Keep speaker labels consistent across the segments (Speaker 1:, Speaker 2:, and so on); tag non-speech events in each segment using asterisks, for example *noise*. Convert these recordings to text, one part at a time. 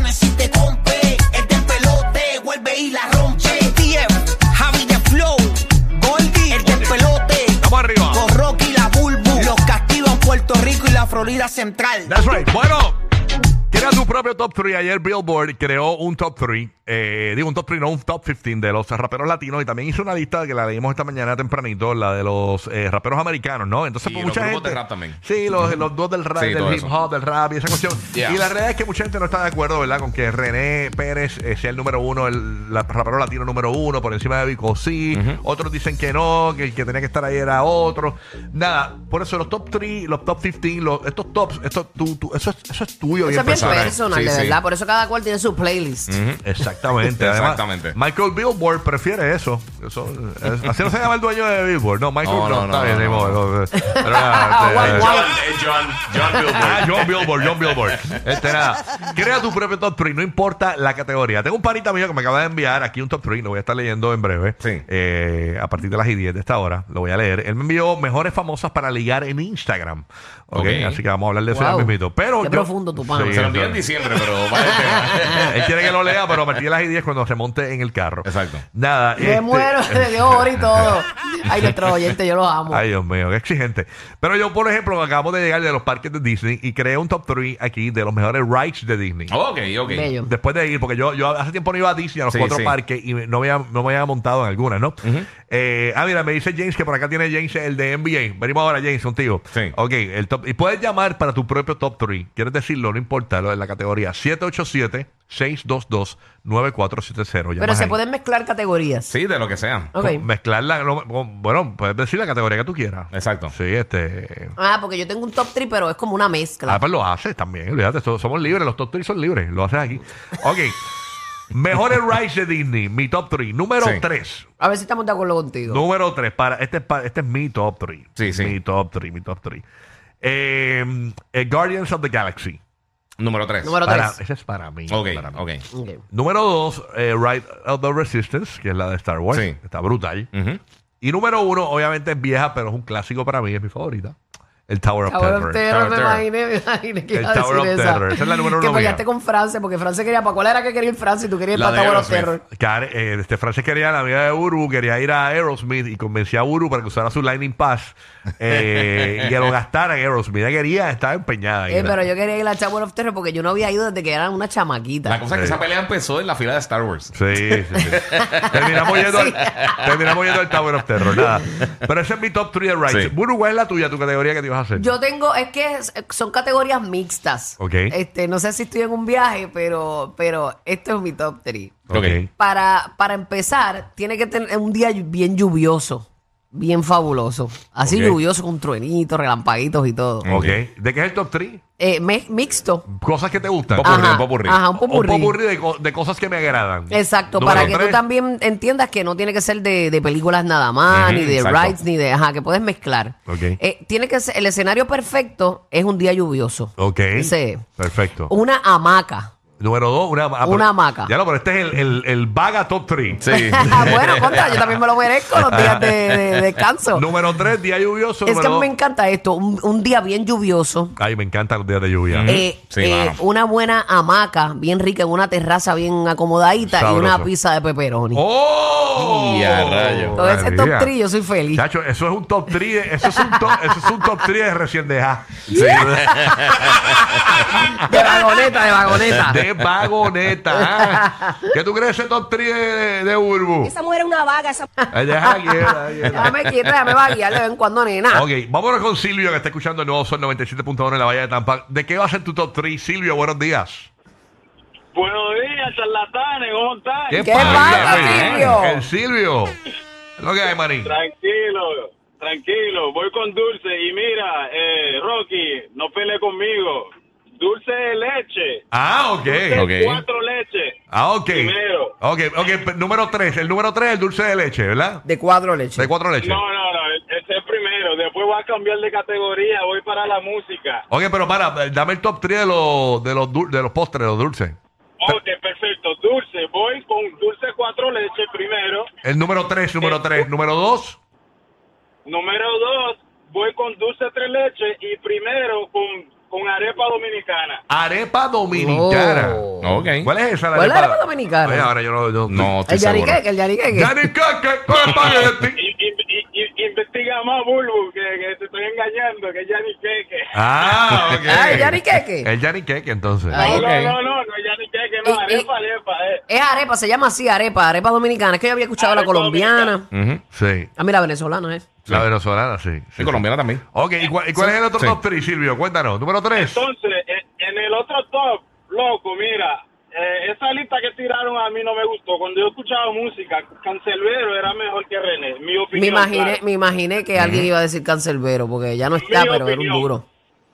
Speaker 1: no existe compe, es del pelote, vuelve y la rompe. TF, Javi de Flow, Goldie, el del pelote,
Speaker 2: Vamos arriba.
Speaker 1: con Rocky la Bulbu, los castigan Puerto Rico y la Florida Central.
Speaker 2: That's right. Bueno, crea tu propio top 3. Ayer Billboard creó un top 3. eh, digo, un top 3, no un top 15 de los raperos latinos. Y también hizo una lista que la leímos esta mañana tempranito, la de los eh, raperos americanos, ¿no? Entonces,
Speaker 3: Y
Speaker 2: pues,
Speaker 3: los
Speaker 2: mucha
Speaker 3: grupos
Speaker 2: gente.
Speaker 3: de rap también.
Speaker 2: Sí, los, los dos del rap,
Speaker 3: Sí, todo
Speaker 2: del hip
Speaker 3: eso.
Speaker 2: hop, del rap y esa cuestión.
Speaker 3: Yeah.
Speaker 2: Y la realidad es que mucha gente no está de acuerdo, ¿verdad? Con que René Pérez eh, sea el número uno, el la- rapero latino número uno, por encima de Vico sí. Otros dicen que no, que el que tenía que estar ahí era otro. Nada, por eso los top 3, los top 15, los, estos tops, esto, tú, tú- eso, es, eso es tuyo.
Speaker 4: Eso es bien
Speaker 3: personal.
Speaker 4: personal,
Speaker 3: Sí,
Speaker 4: de
Speaker 3: sí.
Speaker 4: verdad. Por eso cada cual tiene su playlist.
Speaker 2: Mm.
Speaker 3: *laughs*
Speaker 2: Exactamente. Además,
Speaker 3: Exactamente.
Speaker 2: Michael Billboard prefiere eso. Eso, es- así no se llama el dueño de Billboard. No, Michael
Speaker 3: No,
Speaker 2: no,
Speaker 3: no,
Speaker 2: está
Speaker 3: no,
Speaker 2: bien,
Speaker 3: no,
Speaker 2: ni
Speaker 3: no.
Speaker 2: modo.
Speaker 3: *laughs*
Speaker 2: Pero nada,
Speaker 4: Guau,
Speaker 2: eh,
Speaker 4: guau.
Speaker 3: eh, John, John
Speaker 2: Ah,
Speaker 3: Billboard.
Speaker 2: John Billboard, John Billboard. Este nada. Crea tu propio top 3, no importa la categoría. Tengo un panita mío que me acaba de enviar aquí un top 3, lo voy a estar leyendo en breve.
Speaker 3: Sí.
Speaker 2: Eh, a partir de las 10 de esta hora, lo voy a leer. Él me envió mejores famosas para ligar en Instagram. Ok,
Speaker 3: Ok.
Speaker 2: así que vamos a hablar de eso ya
Speaker 4: Wow.
Speaker 2: mismito. Pero
Speaker 4: Qué
Speaker 2: yo-
Speaker 4: profundo tu pana.
Speaker 2: Sí,
Speaker 3: Se lo envié
Speaker 2: exacto.
Speaker 3: en diciembre, pero vale el tema.
Speaker 2: Él quiere que lo lea, pero este, a partir de las 10 cuando se monte en el carro.
Speaker 3: Exacto.
Speaker 2: Nada.
Speaker 4: Me
Speaker 2: este-
Speaker 4: muero
Speaker 2: *laughs*
Speaker 4: de oro y todo. Ay, nuestros oyentes, yo los amo.
Speaker 2: Ay, Dios mío, qué exigente. Pero yo, por ejemplo, acabamos de llegar de los parques de Disney y creé un top 3 aquí de los mejores rides de Disney.
Speaker 3: Ok, *laughs* ok.
Speaker 4: Bello.
Speaker 2: Después de ir, porque yo, yo hace tiempo no iba a Disney, a los
Speaker 3: Sí,
Speaker 2: cuatro
Speaker 3: sí.
Speaker 2: parques, y no me, había, no me había montado en alguna, ¿no? Eh, ah, mira, me dice James que por acá tiene James el de NBA. Venimos ahora, James, contigo.
Speaker 3: Sí.
Speaker 2: Ok, el top. Y puedes llamar para tu propio top 3. Quieres decirlo, no importa, lo de la categoría 787-622-9470.
Speaker 4: Pero
Speaker 2: Llamas
Speaker 4: se
Speaker 2: ahí.
Speaker 4: pueden mezclar categorías.
Speaker 3: Sí, de lo que sea.
Speaker 4: Ok.
Speaker 2: Con- Mezclarla. no, con- Bueno, puedes decir la categoría que tú quieras.
Speaker 3: Exacto.
Speaker 2: Sí, este.
Speaker 4: Ah, porque yo tengo un top 3, pero es como una mezcla.
Speaker 2: Ah, pues lo haces también, olvídate, so- somos libres, los top 3 son libres, lo haces aquí. Ok, mejores rides de Disney, mi top 3. Número
Speaker 3: Sí.
Speaker 2: 3,
Speaker 4: A ver si estamos de acuerdo contigo.
Speaker 2: número 3, para, este, es pa- este es mi top 3.
Speaker 3: Sí, sí.
Speaker 2: Mi top 3, mi top 3. Eh, eh, Guardians of the Galaxy.
Speaker 3: Número 3.
Speaker 4: Número
Speaker 2: Para-
Speaker 4: 3.
Speaker 2: ese es para mí.
Speaker 3: Ok,
Speaker 2: para mí.
Speaker 3: ok.
Speaker 4: Ok.
Speaker 2: Número 2, Ride of the Resistance, que es la de Star Wars.
Speaker 3: Sí.
Speaker 2: Está brutal.
Speaker 3: Ujú.
Speaker 2: Y número 1, obviamente es vieja, pero es un clásico para mí, es mi favorita. El Tower of
Speaker 4: Tower
Speaker 2: Terror.
Speaker 4: of Terror, me
Speaker 3: Tower of
Speaker 4: imaginé, me imaginé que
Speaker 2: El
Speaker 4: iba a decir
Speaker 2: Tower of
Speaker 4: esa.
Speaker 2: Terror, esa es la número uno
Speaker 4: Que
Speaker 2: mía.
Speaker 4: peleaste con France, porque France quería, ¿para cuál era que quería ir France y tú querías ir
Speaker 3: La
Speaker 4: para
Speaker 3: de
Speaker 4: Tower of
Speaker 3: Aerosmith.
Speaker 4: Terror?
Speaker 2: Care- eh, este Francis quería la vida de Uru, quería ir a Aerosmith y convenció a Uru para que usara su Lightning Pass eh, y que lo gastara en Aerosmith. Ella quería, estaba empeñada. en
Speaker 4: Eh,
Speaker 2: ir.
Speaker 4: pero yo quería ir a Tower of Terror porque yo no había ido desde que era una chamaquita.
Speaker 3: La cosa es que
Speaker 2: Sí.
Speaker 3: esa pelea empezó en la fila de Star Wars.
Speaker 2: Sí, sí, sí. terminamos, yendo
Speaker 4: *laughs* Sí.
Speaker 2: Al, terminamos yendo al Tower of Terror, nada. Pero ese es mi top 3 de Rights.
Speaker 3: Sí.
Speaker 2: Uru, ¿cuál es la tuya, tu categoría que te ibas a hacer?
Speaker 4: Yo tengo, es que es- son categorías mixtas.
Speaker 2: Ok.
Speaker 4: Este, no sé si estoy en un viaje, pero, pero esto es mi top 3.
Speaker 3: Ok.
Speaker 4: Para, para empezar, tiene que tener un día bien lluvioso, bien fabuloso. Así
Speaker 2: Ok.
Speaker 4: lluvioso con truenitos, relampaguitos y todo.
Speaker 2: Ok. ¿De qué es el top 3?
Speaker 4: Eh, me- mixto.
Speaker 2: Cosas que te gustan.
Speaker 3: Popurrí,
Speaker 4: Ajá,
Speaker 3: popurrí.
Speaker 4: ajá, un
Speaker 2: Un
Speaker 4: popurrí.
Speaker 2: popurrí de, co- de cosas que me agradan.
Speaker 4: Exacto,
Speaker 2: Número
Speaker 4: para que tú
Speaker 2: tres.
Speaker 4: también entiendas que no tiene que ser de, de películas nada más,
Speaker 3: Ujú,
Speaker 4: ni de
Speaker 3: exacto.
Speaker 4: rides, ni de... Ajá, que puedes mezclar.
Speaker 2: Ok.
Speaker 4: Eh, tiene que ser, el escenario perfecto es un día lluvioso.
Speaker 2: Ok.
Speaker 4: Sí.
Speaker 2: Perfecto.
Speaker 4: Una hamaca.
Speaker 2: Número 2, una, ah,
Speaker 4: Una
Speaker 2: pero-
Speaker 4: hamaca.
Speaker 2: Ya lo, pero este es el, el, el vaga top 3.
Speaker 4: *laughs*
Speaker 3: Sí.
Speaker 4: bueno, contra, yo también me lo merezco los días de, de descanso.
Speaker 2: Número 3, día lluvioso.
Speaker 4: es que a
Speaker 2: número
Speaker 4: mí me
Speaker 2: dos.
Speaker 4: encanta esto, un, un día bien lluvioso.
Speaker 2: Ay, me encantan los días de lluvia.
Speaker 4: eh,
Speaker 3: sí,
Speaker 4: eh,
Speaker 3: mano.
Speaker 4: una buena hamaca, bien rica, en una terraza bien acomodadita
Speaker 2: Sabroso.
Speaker 4: y una pizza de pepperoni.
Speaker 2: ¡Oh!
Speaker 3: Y a rayo.
Speaker 4: Todo ese top
Speaker 2: María.
Speaker 4: 3 yo soy feliz.
Speaker 2: Chacho, eso es un top 3, eso es un top, eso es un top 3 de recién dejada.
Speaker 4: *laughs* De vagoneta, de vagoneta.
Speaker 2: De ¡Qué vagoneta!
Speaker 4: *laughs*
Speaker 2: ¿eh? ¿Qué tú crees de ese top 3 de, de Urbu?
Speaker 5: Esa mujer es una vaga, esa
Speaker 2: Ay, deja quieta,
Speaker 4: *laughs*
Speaker 2: quieta.
Speaker 4: Déjame quieta, déjame vaguear de vez en cuando, nena.
Speaker 2: Ok, vámonos con Silvio que está escuchando el nuevo Sol 97.1 en la Bahía de Tampa. ¿De qué va a ser tu top 3, Silvio? Buenos días.
Speaker 6: Buenos días, charlatanes, ¿cómo están?
Speaker 4: ¿Qué pasa, Silvio?
Speaker 2: El Silvio. Lo que hay, manín.
Speaker 6: Tranquilo, tranquilo, voy con Dulce y mira, eh, Rocky, no pele conmigo. Dulce de leche,
Speaker 2: Ah, ok.
Speaker 3: Ok.
Speaker 6: cuatro leches.
Speaker 2: Ah, ok.
Speaker 6: Primero.
Speaker 2: Ok, ok. p- Número 3. El número 3 es el dulce de leche, ¿verdad?
Speaker 4: De cuadro leche.
Speaker 2: De cuatro leches.
Speaker 6: No, no, no, e-, ese es primero, después voy a cambiar de categoría, voy para la música.
Speaker 2: Ok, pero para, eh, dame el top 3 de los, de los, dul- de los postres, de los dulces.
Speaker 6: Ok, perfecto, Dulce, voy con Dulce cuatro leches primero.
Speaker 2: El número 3, número 3. Número 2.
Speaker 6: Número dos, voy con Dulce tres leches y primero con, con arepa dominicana.
Speaker 2: Arepa dominicana.
Speaker 4: Oh.
Speaker 3: Ok.
Speaker 2: ¿Cuál es esa?
Speaker 4: ¿Cuál es la arepa dominicana?
Speaker 2: Oye, ahora yo no. yo-
Speaker 3: No, estoy
Speaker 4: El
Speaker 3: seguro.
Speaker 4: yariqueque, el yariqueque.
Speaker 2: Yaniqueque con
Speaker 4: *laughs*
Speaker 2: espagueti.
Speaker 6: Y- y- y- y- investiga más, Bulbu, que, que te estoy engañando, que ya ni qué, que...
Speaker 2: Ah, ok.
Speaker 4: Ah, el yariqueque.
Speaker 2: El Yaniqueque, entonces.
Speaker 4: Ay.
Speaker 6: No,
Speaker 3: Ok.
Speaker 6: no, no, no, no, ya ni qué, que no,
Speaker 4: Eh, eh.
Speaker 6: arepa, arepa, eh.
Speaker 4: Es arepa, se llama así arepa, arepa dominicana. Es que yo había
Speaker 5: Ah,
Speaker 4: escuchado la
Speaker 6: Arepa
Speaker 4: colombiana.
Speaker 3: Ujú.
Speaker 2: Sí.
Speaker 4: Ah, mira, venezolana es.
Speaker 2: La venezolana, sí.
Speaker 3: Y colombiana también.
Speaker 2: Ok, ¿y cuál, y cuál es el otro
Speaker 3: Sí.
Speaker 2: top 3, Silvio? Cuéntanos. Número 3.
Speaker 6: Entonces, en, en el otro top, loco, mira, eh, esa lista que tiraron a mí no me gustó. Cuando yo escuchaba música, Cancelbero era mejor que René, mi opinión.
Speaker 4: Me imaginé,
Speaker 6: claro.
Speaker 4: me imaginé que alguien iba a decir cancerbero, porque ya no está,
Speaker 6: Mi
Speaker 4: pero era un
Speaker 6: opinión.
Speaker 4: duro.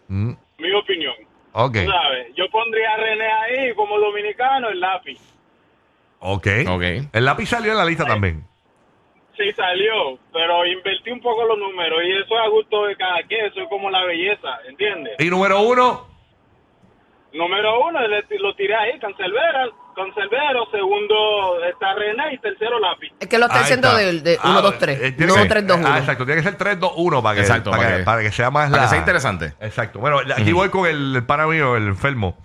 Speaker 6: Mi opinión,
Speaker 2: Mm, Ok.
Speaker 6: ¿sabes? Yo pondría a René ahí como dominicano, el lápiz.
Speaker 2: Ok.
Speaker 3: Ok.
Speaker 2: El lápiz salió en la lista también.
Speaker 6: Sí salió, pero invertí un poco los números y eso es a gusto de cada quien, eso es como la belleza, ¿entiendes?
Speaker 2: Y número 1.
Speaker 6: Número uno, le- lo tiré ahí, Cancelbero, Cancelbero, segundo está René y tercero Lápiz.
Speaker 4: Es que lo está diciendo del de 1, 2, 3. No 3, 2, 1.
Speaker 2: Ah, exacto. Tiene que eh, ser 3, 2, 1 para que,
Speaker 3: Exacto,
Speaker 2: para,
Speaker 3: para
Speaker 2: que,
Speaker 3: que-
Speaker 2: para que sea más
Speaker 3: Para
Speaker 2: la...
Speaker 3: que sea interesante.
Speaker 2: Exacto. Bueno, aquí voy con el, para mí, el enfermo.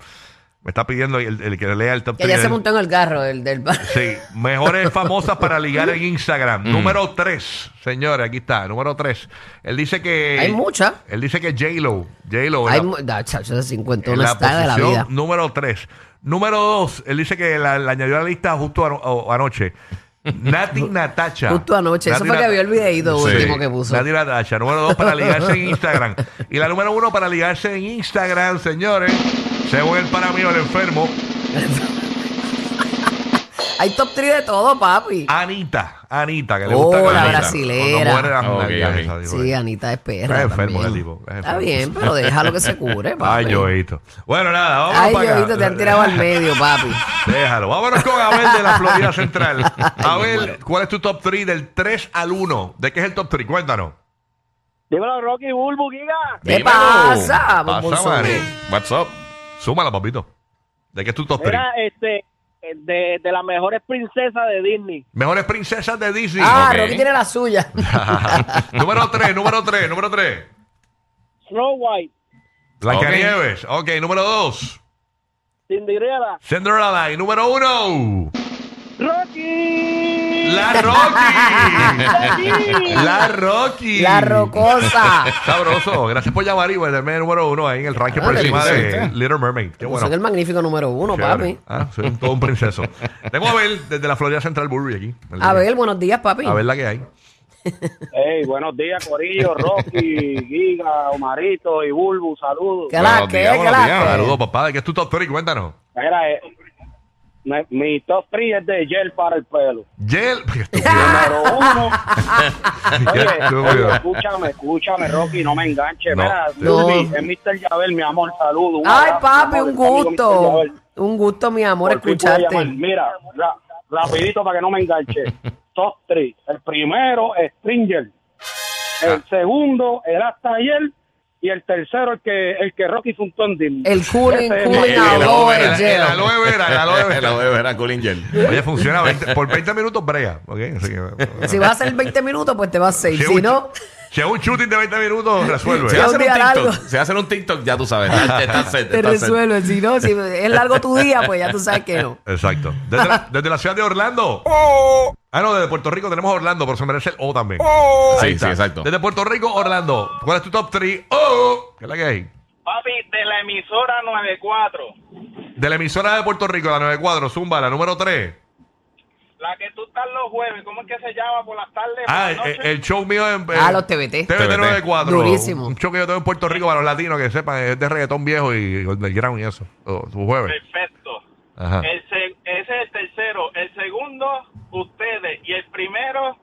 Speaker 2: Me está pidiendo el, el que lea el top
Speaker 4: Que
Speaker 2: 3.
Speaker 4: ya se montó en el carro el del bar.
Speaker 2: Sí, mejores famosas para ligar en
Speaker 3: *laughs*
Speaker 2: Instagram.
Speaker 3: Mm.
Speaker 2: Número 3, señores, aquí está, número 3. Él dice que.
Speaker 4: Hay muchas.
Speaker 2: Él dice que J-Lo. J-Lo.
Speaker 4: Hay
Speaker 2: en la-
Speaker 4: mu- da, chacho, esa
Speaker 2: en
Speaker 4: 51
Speaker 2: la
Speaker 4: está de la
Speaker 2: posición
Speaker 4: vida.
Speaker 2: número 3. Número 2, él dice que la, la añadió a la lista justo ano- o-
Speaker 4: *laughs*
Speaker 2: anoche. Nati Natacha.
Speaker 4: Justo anoche. Eso fue que vio el videíto
Speaker 3: Sí.
Speaker 4: último que puso.
Speaker 2: Nati Natacha. Número 2 para ligarse en
Speaker 4: *laughs*
Speaker 2: Instagram. Y la número 1 para ligarse en Instagram, señores. Según el para mí, el enfermo,
Speaker 4: Hay top 3 de todo, papi.
Speaker 2: Ah, Anita. Anita, que le
Speaker 4: Oh,
Speaker 2: gusta.
Speaker 4: la
Speaker 2: Anita.
Speaker 4: brasilera.
Speaker 2: Cuando muere las
Speaker 3: Ok,
Speaker 2: nalgas,
Speaker 3: ok.
Speaker 2: esa, digo,
Speaker 4: Sí,
Speaker 2: eh.
Speaker 4: Anita es perra.
Speaker 2: Está enfermo el
Speaker 4: también.
Speaker 2: tipo. está
Speaker 4: Está
Speaker 2: enfermo.
Speaker 4: bien, pero déjalo que se cure, papi.
Speaker 2: *laughs* Ay, Yoito. Bueno, nada, vamos
Speaker 4: Ay,
Speaker 2: para acá.
Speaker 4: Yoito, te han tirado al medio, papi.
Speaker 2: Déjalo. Vámonos con Abel de la
Speaker 4: *laughs*
Speaker 2: Florida Central. Abel, ¿cuál es tu top 3 del 3 al 1? ¿De qué es el top 3? Cuéntanos.
Speaker 6: Dímelo, Rocky Bulbu, Giga.
Speaker 4: ¿Qué
Speaker 3: Dímelo.
Speaker 4: pasa,
Speaker 2: Pasa,
Speaker 4: bombonzón?
Speaker 2: Mari.
Speaker 3: What's up?
Speaker 2: Súmala, papito. ¿De qué es tu top 3?
Speaker 6: este, de, de las mejores princesas de Disney.
Speaker 2: Mejores princesas de Disney.
Speaker 4: Ah,
Speaker 3: Ok.
Speaker 4: Rocky tiene la suya.
Speaker 2: *laughs* número 3, número 3, número 3.
Speaker 6: Snow White,
Speaker 2: Blancanieves. Ok, número 2.
Speaker 6: Cinderella,
Speaker 2: Cinderella. Y número 1.
Speaker 6: Rocky.
Speaker 2: La
Speaker 4: *laughs*
Speaker 2: Rocky. *laughs* la Rocky.
Speaker 4: *laughs* La rocosa.
Speaker 2: Sabroso, gracias por llamar y ponerme el número uno ahí en el ranking
Speaker 4: Ah,
Speaker 2: por encima
Speaker 3: delicioso,
Speaker 2: de
Speaker 3: ¿viste?
Speaker 2: Little Mermaid. Qué
Speaker 4: Pues Soy
Speaker 2: bueno.
Speaker 4: el magnífico número uno,
Speaker 2: Chévere.
Speaker 4: papi.
Speaker 2: Ah, soy un- todo un princeso. Tengo a Abel desde la Florida Central Burby aquí.
Speaker 4: A ver, buenos días, papi.
Speaker 2: A ver la que hay.
Speaker 6: Hey, buenos días, Corillo, Rocky, Giga, Omarito y Bulbu, saludos.
Speaker 4: ¿Qué la
Speaker 3: Buenos
Speaker 4: que,
Speaker 3: días,
Speaker 4: qué
Speaker 3: buenos
Speaker 4: la
Speaker 3: días.
Speaker 4: que?
Speaker 2: Saludos, papá. ¿De qué es tu top 3? Cuéntanos.
Speaker 6: Mira, eh, mi, mi top 3 es de gel para el pelo.
Speaker 2: Yel. *laughs* Qué
Speaker 6: Número uno. Oye,
Speaker 2: estúpido.
Speaker 6: oye, *laughs* escúchame, escúchame, Rocky, no me enganches.
Speaker 2: No.
Speaker 6: Mira,
Speaker 4: No.
Speaker 6: Bulbi, es Mr. Yabel, mi amor, saludos. Un
Speaker 4: Ay,
Speaker 6: abrazo, mi
Speaker 4: papi,
Speaker 6: amor,
Speaker 4: un
Speaker 6: tu amigo Mr.
Speaker 4: gusto.
Speaker 6: Yabel.
Speaker 4: Un gusto, mi amor,
Speaker 6: Por fin pude llamar.
Speaker 4: escucharte.
Speaker 6: Mira, ra- rapidito para que no
Speaker 2: *laughs*
Speaker 6: me enganche. Top 3. El primero es Stringer. El
Speaker 2: Ah.
Speaker 6: segundo, el hasta ayer. Y el tercero, el que, el que Rocky Funtón un tóndil.
Speaker 4: El cooling,
Speaker 6: Ese es
Speaker 4: cooling
Speaker 6: el-
Speaker 3: el-
Speaker 4: aloe
Speaker 3: el-
Speaker 2: El
Speaker 4: gel.
Speaker 2: aloe vera, *laughs* el aloe
Speaker 3: La
Speaker 2: vera.
Speaker 3: bebé era Colin
Speaker 4: *laughs*
Speaker 3: Gel.
Speaker 2: Oye, funciona 20 por 20 minutos brea. ¿ok? Así que-
Speaker 4: Si vas a hacer 20 minutos, pues te vas a 6.
Speaker 2: Si es
Speaker 4: Si
Speaker 2: un-
Speaker 4: no,
Speaker 2: Si es un shooting de 20 minutos,
Speaker 3: Si
Speaker 2: resuelve.
Speaker 4: Sí.
Speaker 3: vas a hacer
Speaker 4: día
Speaker 3: un
Speaker 4: largo.
Speaker 3: TikTok, si vas a hacer un TikTok, ya
Speaker 4: *laughs*
Speaker 3: tú sabes. Está, está set,
Speaker 4: te
Speaker 3: está set.
Speaker 4: resuelve. Si no, si es largo tu día, pues ya tú sabes que no.
Speaker 2: Exacto. Desde la, desde la ciudad de Orlando. Ah, no, desde Puerto Rico tenemos Orlando, pero se merece el O también. Ahí
Speaker 3: Sí, sí,
Speaker 2: está.
Speaker 3: exacto.
Speaker 2: Desde Puerto Rico, Orlando. ¿Cuál es tu top 3? ¡Oh! ¿Qué es la que hay?
Speaker 6: Papi, de la emisora 94.
Speaker 2: De la emisora de Puerto Rico, la 94, Zumba, la número 3.
Speaker 6: La que tú estás los jueves, ¿cómo es que se llama por las tardes? por
Speaker 2: Ah,
Speaker 6: las noches?
Speaker 2: el, el show mío en. en-
Speaker 4: Ah, los TVT.
Speaker 2: TVT 94.
Speaker 4: Durísimo.
Speaker 2: Un show que yo tengo en Puerto Rico para los latinos que sepan, es de reggaetón viejo y underground y eso. O, su jueves.
Speaker 6: Perfecto.
Speaker 2: Ajá.
Speaker 6: El se- ese es el tercero. El segundo, ustedes. Y el primero,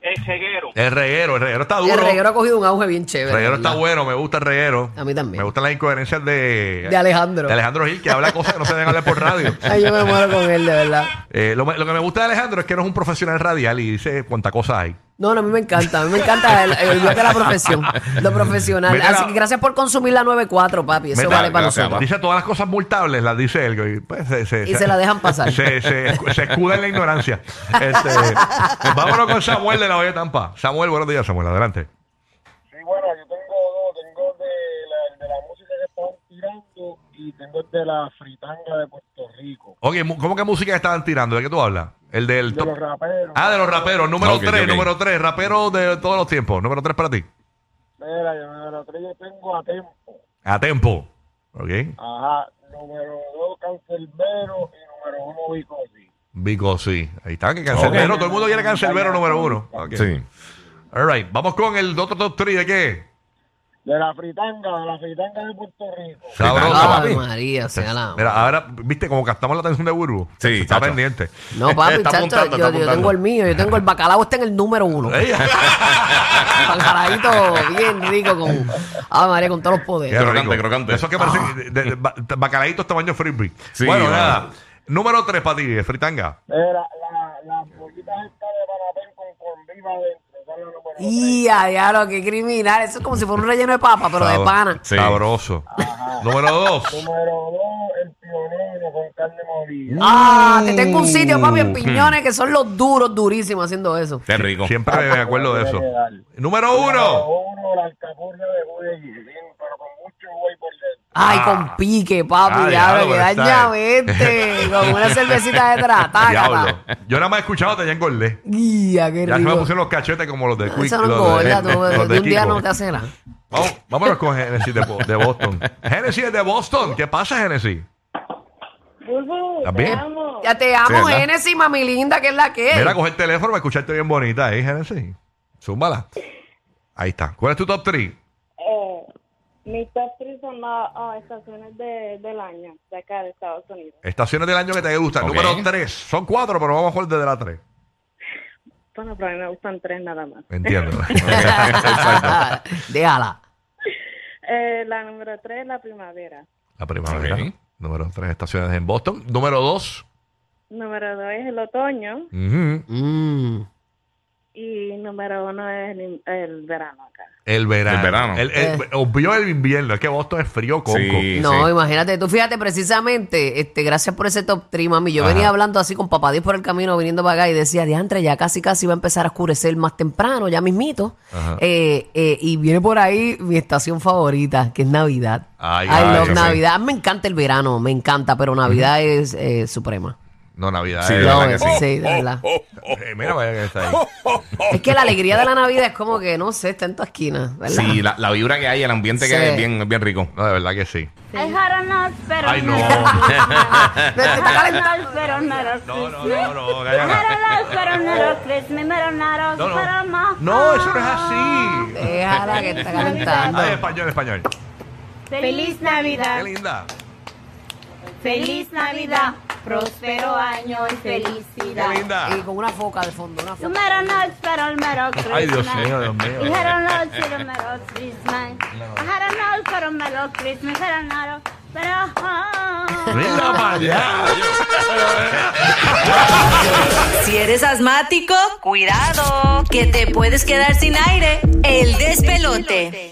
Speaker 6: el ceguero.
Speaker 2: El reguero, el reguero está duro.
Speaker 4: El reguero ha cogido un auge bien chévere.
Speaker 2: El reguero
Speaker 4: ¿verdad?
Speaker 2: está bueno, me gusta el reguero.
Speaker 4: A mí también.
Speaker 2: Me gustan las incoherencias de.
Speaker 4: De Alejandro.
Speaker 2: de Alejandro Gil, que habla cosas que no se deben hablar por radio.
Speaker 4: *laughs* Ay, yo me muero con él, de verdad.
Speaker 2: Eh, lo, lo que me gusta de Alejandro es que no es un profesional radial y dice cuánta cosa hay.
Speaker 4: No, no, a mí me encanta. A mí me encanta el, el bloque de la profesión, lo profesional.
Speaker 2: Mira la-
Speaker 4: Así que gracias por consumir la 94, papi. Eso
Speaker 2: Mira,
Speaker 4: vale para
Speaker 3: gracias,
Speaker 4: nosotros.
Speaker 2: Dice todas las cosas multables, las dice él. Y, pues, se,
Speaker 4: Y se la dejan pasar.
Speaker 2: Se, se, se escuda en la ignorancia.
Speaker 4: *laughs*
Speaker 2: Este, pues, vámonos con Samuel de la Olla Tampa. Samuel, buenos días, Samuel. Adelante.
Speaker 5: Sí, bueno, yo tengo dos, tengo de la, de la música que estaban tirando y tengo el de la fritanga de Puerto Rico,
Speaker 2: Oye, mu- ¿cómo que música estaban tirando? ¿De qué tú hablas? El del...
Speaker 5: de
Speaker 2: top-
Speaker 5: los raperos.
Speaker 2: Ah, de los raperos. Número
Speaker 3: Ok,
Speaker 2: 3,
Speaker 3: ok.
Speaker 2: número 3. Rapero de todos los tiempos. Número 3 para ti.
Speaker 5: Mira, yo número tres yo tengo a Tempo,
Speaker 2: A tempo. Ok.
Speaker 5: ajá, número dos Cancelbero y número uno Bicosi.
Speaker 2: Vico, sí. Ahí está, que cancelero.
Speaker 3: Ok.
Speaker 2: Todo el mundo quiere cancelero número 1. Ok.
Speaker 3: Sí.
Speaker 2: All right. Vamos con el otro top 3 de qué?
Speaker 5: De la fritanga, de la fritanga de Puerto Rico.
Speaker 2: Sabroso,
Speaker 4: Ave
Speaker 2: papi.
Speaker 4: María, o sea la...
Speaker 2: Mira, ahora, viste, como captamos la atención de Burbu.
Speaker 3: Sí,
Speaker 2: está
Speaker 3: chacho.
Speaker 2: pendiente.
Speaker 3: *laughs*
Speaker 4: No, papi,
Speaker 3: Está
Speaker 4: chacho,
Speaker 3: apuntando,
Speaker 4: yo,
Speaker 3: está
Speaker 4: yo
Speaker 3: apuntando.
Speaker 4: tengo el mío, yo tengo el bacalao, está en el número uno.
Speaker 2: Ey. *laughs*
Speaker 4: Bacalaíto bien rico con... Ave María, con todos los poderes.
Speaker 2: Qué
Speaker 3: Crocante,
Speaker 2: rico.
Speaker 3: crocante. Ah.
Speaker 2: Eso que parece de- de- ba- bacalaitos tamaño frisbee.
Speaker 3: Sí,
Speaker 2: bueno,
Speaker 3: bueno.
Speaker 2: nada. Número 3 para ti, fritanga.
Speaker 5: Mira, la- las bolitas estas de Parapén con cornviva dentro, esa es la número tres.
Speaker 4: Y a diablo, qué criminal. Eso es como si fuera un relleno de papa, pero de
Speaker 2: Sabor-
Speaker 4: pana.
Speaker 3: Sí.
Speaker 2: Sabroso. Número
Speaker 5: Número
Speaker 2: 2.
Speaker 5: dos, el pionero con carne molida.
Speaker 4: Ah, te tengo un sitio, papi, en piñones, que son los duros, durísimos haciendo eso.
Speaker 3: Qué rico.
Speaker 2: Siempre me acuerdo de eso. Número 1.
Speaker 5: uno, la alcapurria de Budellín, pero con mucho güey por dentro.
Speaker 4: Ay,
Speaker 2: Ah.
Speaker 4: con pique,
Speaker 2: Ah,
Speaker 4: papi, diablo,
Speaker 2: diablo,
Speaker 4: que
Speaker 2: pero está-
Speaker 4: daña vete. Con
Speaker 2: *laughs*
Speaker 4: una cervecita detrás,
Speaker 2: Diablo.
Speaker 4: tácata.
Speaker 2: Yo nada más he escuchado te ya engordé.
Speaker 4: Guía, qué
Speaker 2: Ya se me
Speaker 4: rico.
Speaker 2: pusieron los cachetes como los de Quick.
Speaker 4: Eso no
Speaker 2: los de-
Speaker 4: engorda,
Speaker 2: los
Speaker 4: tú.
Speaker 2: de
Speaker 4: De un día
Speaker 2: Kiko.
Speaker 4: no te hace nada.
Speaker 2: Vamos, vámonos con Genesis de, Bo- de Boston. Genesis es de Boston. ¿Qué pasa, Genesis?
Speaker 7: Burbu,
Speaker 2: ¿Estás bien?
Speaker 7: te amo.
Speaker 4: Ya te amo,
Speaker 3: ¿verdad?
Speaker 4: Genesis, mami linda, que es la que es.
Speaker 2: Mira, coge el teléfono para escucharte bien bonita ahí, Genesis. Zúmbala. Ahí está. ¿Cuál es tu top 3?
Speaker 7: Eh, mis top tres son las ah, estaciones de, del año, de acá de Estados Unidos.
Speaker 2: Estaciones del año que te gustan.
Speaker 3: Ok.
Speaker 2: Número 3. Son cuatro, pero vamos a jugar desde la 3.
Speaker 7: Bueno, pero a mí me gustan tres nada más.
Speaker 2: Entiendo. *laughs*
Speaker 4: *laughs* Déjala.
Speaker 7: Eh, la número tres, la primavera.
Speaker 2: la primavera.
Speaker 3: Ok.
Speaker 2: Número 3, estaciones en Boston. Número 2.
Speaker 7: Número dos es el otoño
Speaker 4: Mm.
Speaker 7: y número uno es el, in- el verano acá.
Speaker 2: El verano.
Speaker 3: El verano.
Speaker 2: El, el-
Speaker 4: Eh.
Speaker 2: Obvio el invierno. Es que Boston es frío, conco.
Speaker 3: Sí.
Speaker 4: No, imagínate, tú fíjate precisamente, este, gracias por ese top 3, mami. Yo
Speaker 2: Ajá.
Speaker 4: venía hablando así con papá Dios por el camino viniendo para acá y decía, diantre, ya casi casi va a empezar a oscurecer más temprano, ya mismito.
Speaker 2: Ajá.
Speaker 4: Eh, eh, y viene por ahí mi estación favorita, que es Navidad.
Speaker 2: Ay,
Speaker 4: I
Speaker 2: ay,
Speaker 4: love
Speaker 2: sí.
Speaker 4: Navidad. Me encanta el verano, me encanta, pero Navidad es eh, suprema.
Speaker 2: No, Navidad.
Speaker 3: Sí,
Speaker 2: eh,
Speaker 3: de verdad
Speaker 4: No,
Speaker 3: Ah, que sí. Oh.
Speaker 4: sí, de verdad.
Speaker 2: eh, mira, vaya que está ahí.
Speaker 4: Es que la alegría de la Navidad es como que, no sé, está en tu esquina, ¿verdad? *laughs*
Speaker 3: Sí, la, la vibra que hay, el ambiente
Speaker 4: Sí.
Speaker 3: que hay es bien, es bien rico.
Speaker 2: No, de verdad que sí.
Speaker 7: Hay jaranas, pero
Speaker 2: Ay, no.
Speaker 4: Te está
Speaker 3: *laughs*
Speaker 4: calentando.
Speaker 7: pero no
Speaker 2: *laughs*
Speaker 7: los
Speaker 2: No, no, no, no, cállate.
Speaker 7: pero no los
Speaker 2: No, no. No, eso no es así.
Speaker 4: Déjala que está calentando.
Speaker 2: Ay, español, español.
Speaker 7: Feliz
Speaker 2: Qué
Speaker 7: Navidad,
Speaker 2: linda.
Speaker 7: feliz Navidad, próspero año y
Speaker 2: Qué
Speaker 7: felicidad.
Speaker 2: linda.
Speaker 3: Ah.
Speaker 4: Y con una foca de fondo, una foca.
Speaker 7: Número noche, pero el mero
Speaker 2: *laughs* Ay, Dios
Speaker 7: Christmas.
Speaker 2: mío, Dios mío.
Speaker 7: Dijeron noche, pero el mero Christmas. Dijeron noche, pero el mero Christmas. Dijeron noche, pero... oh.
Speaker 2: Mira para allá.
Speaker 8: Si eres asmático, cuidado, que te puedes quedar sin aire. El despelote.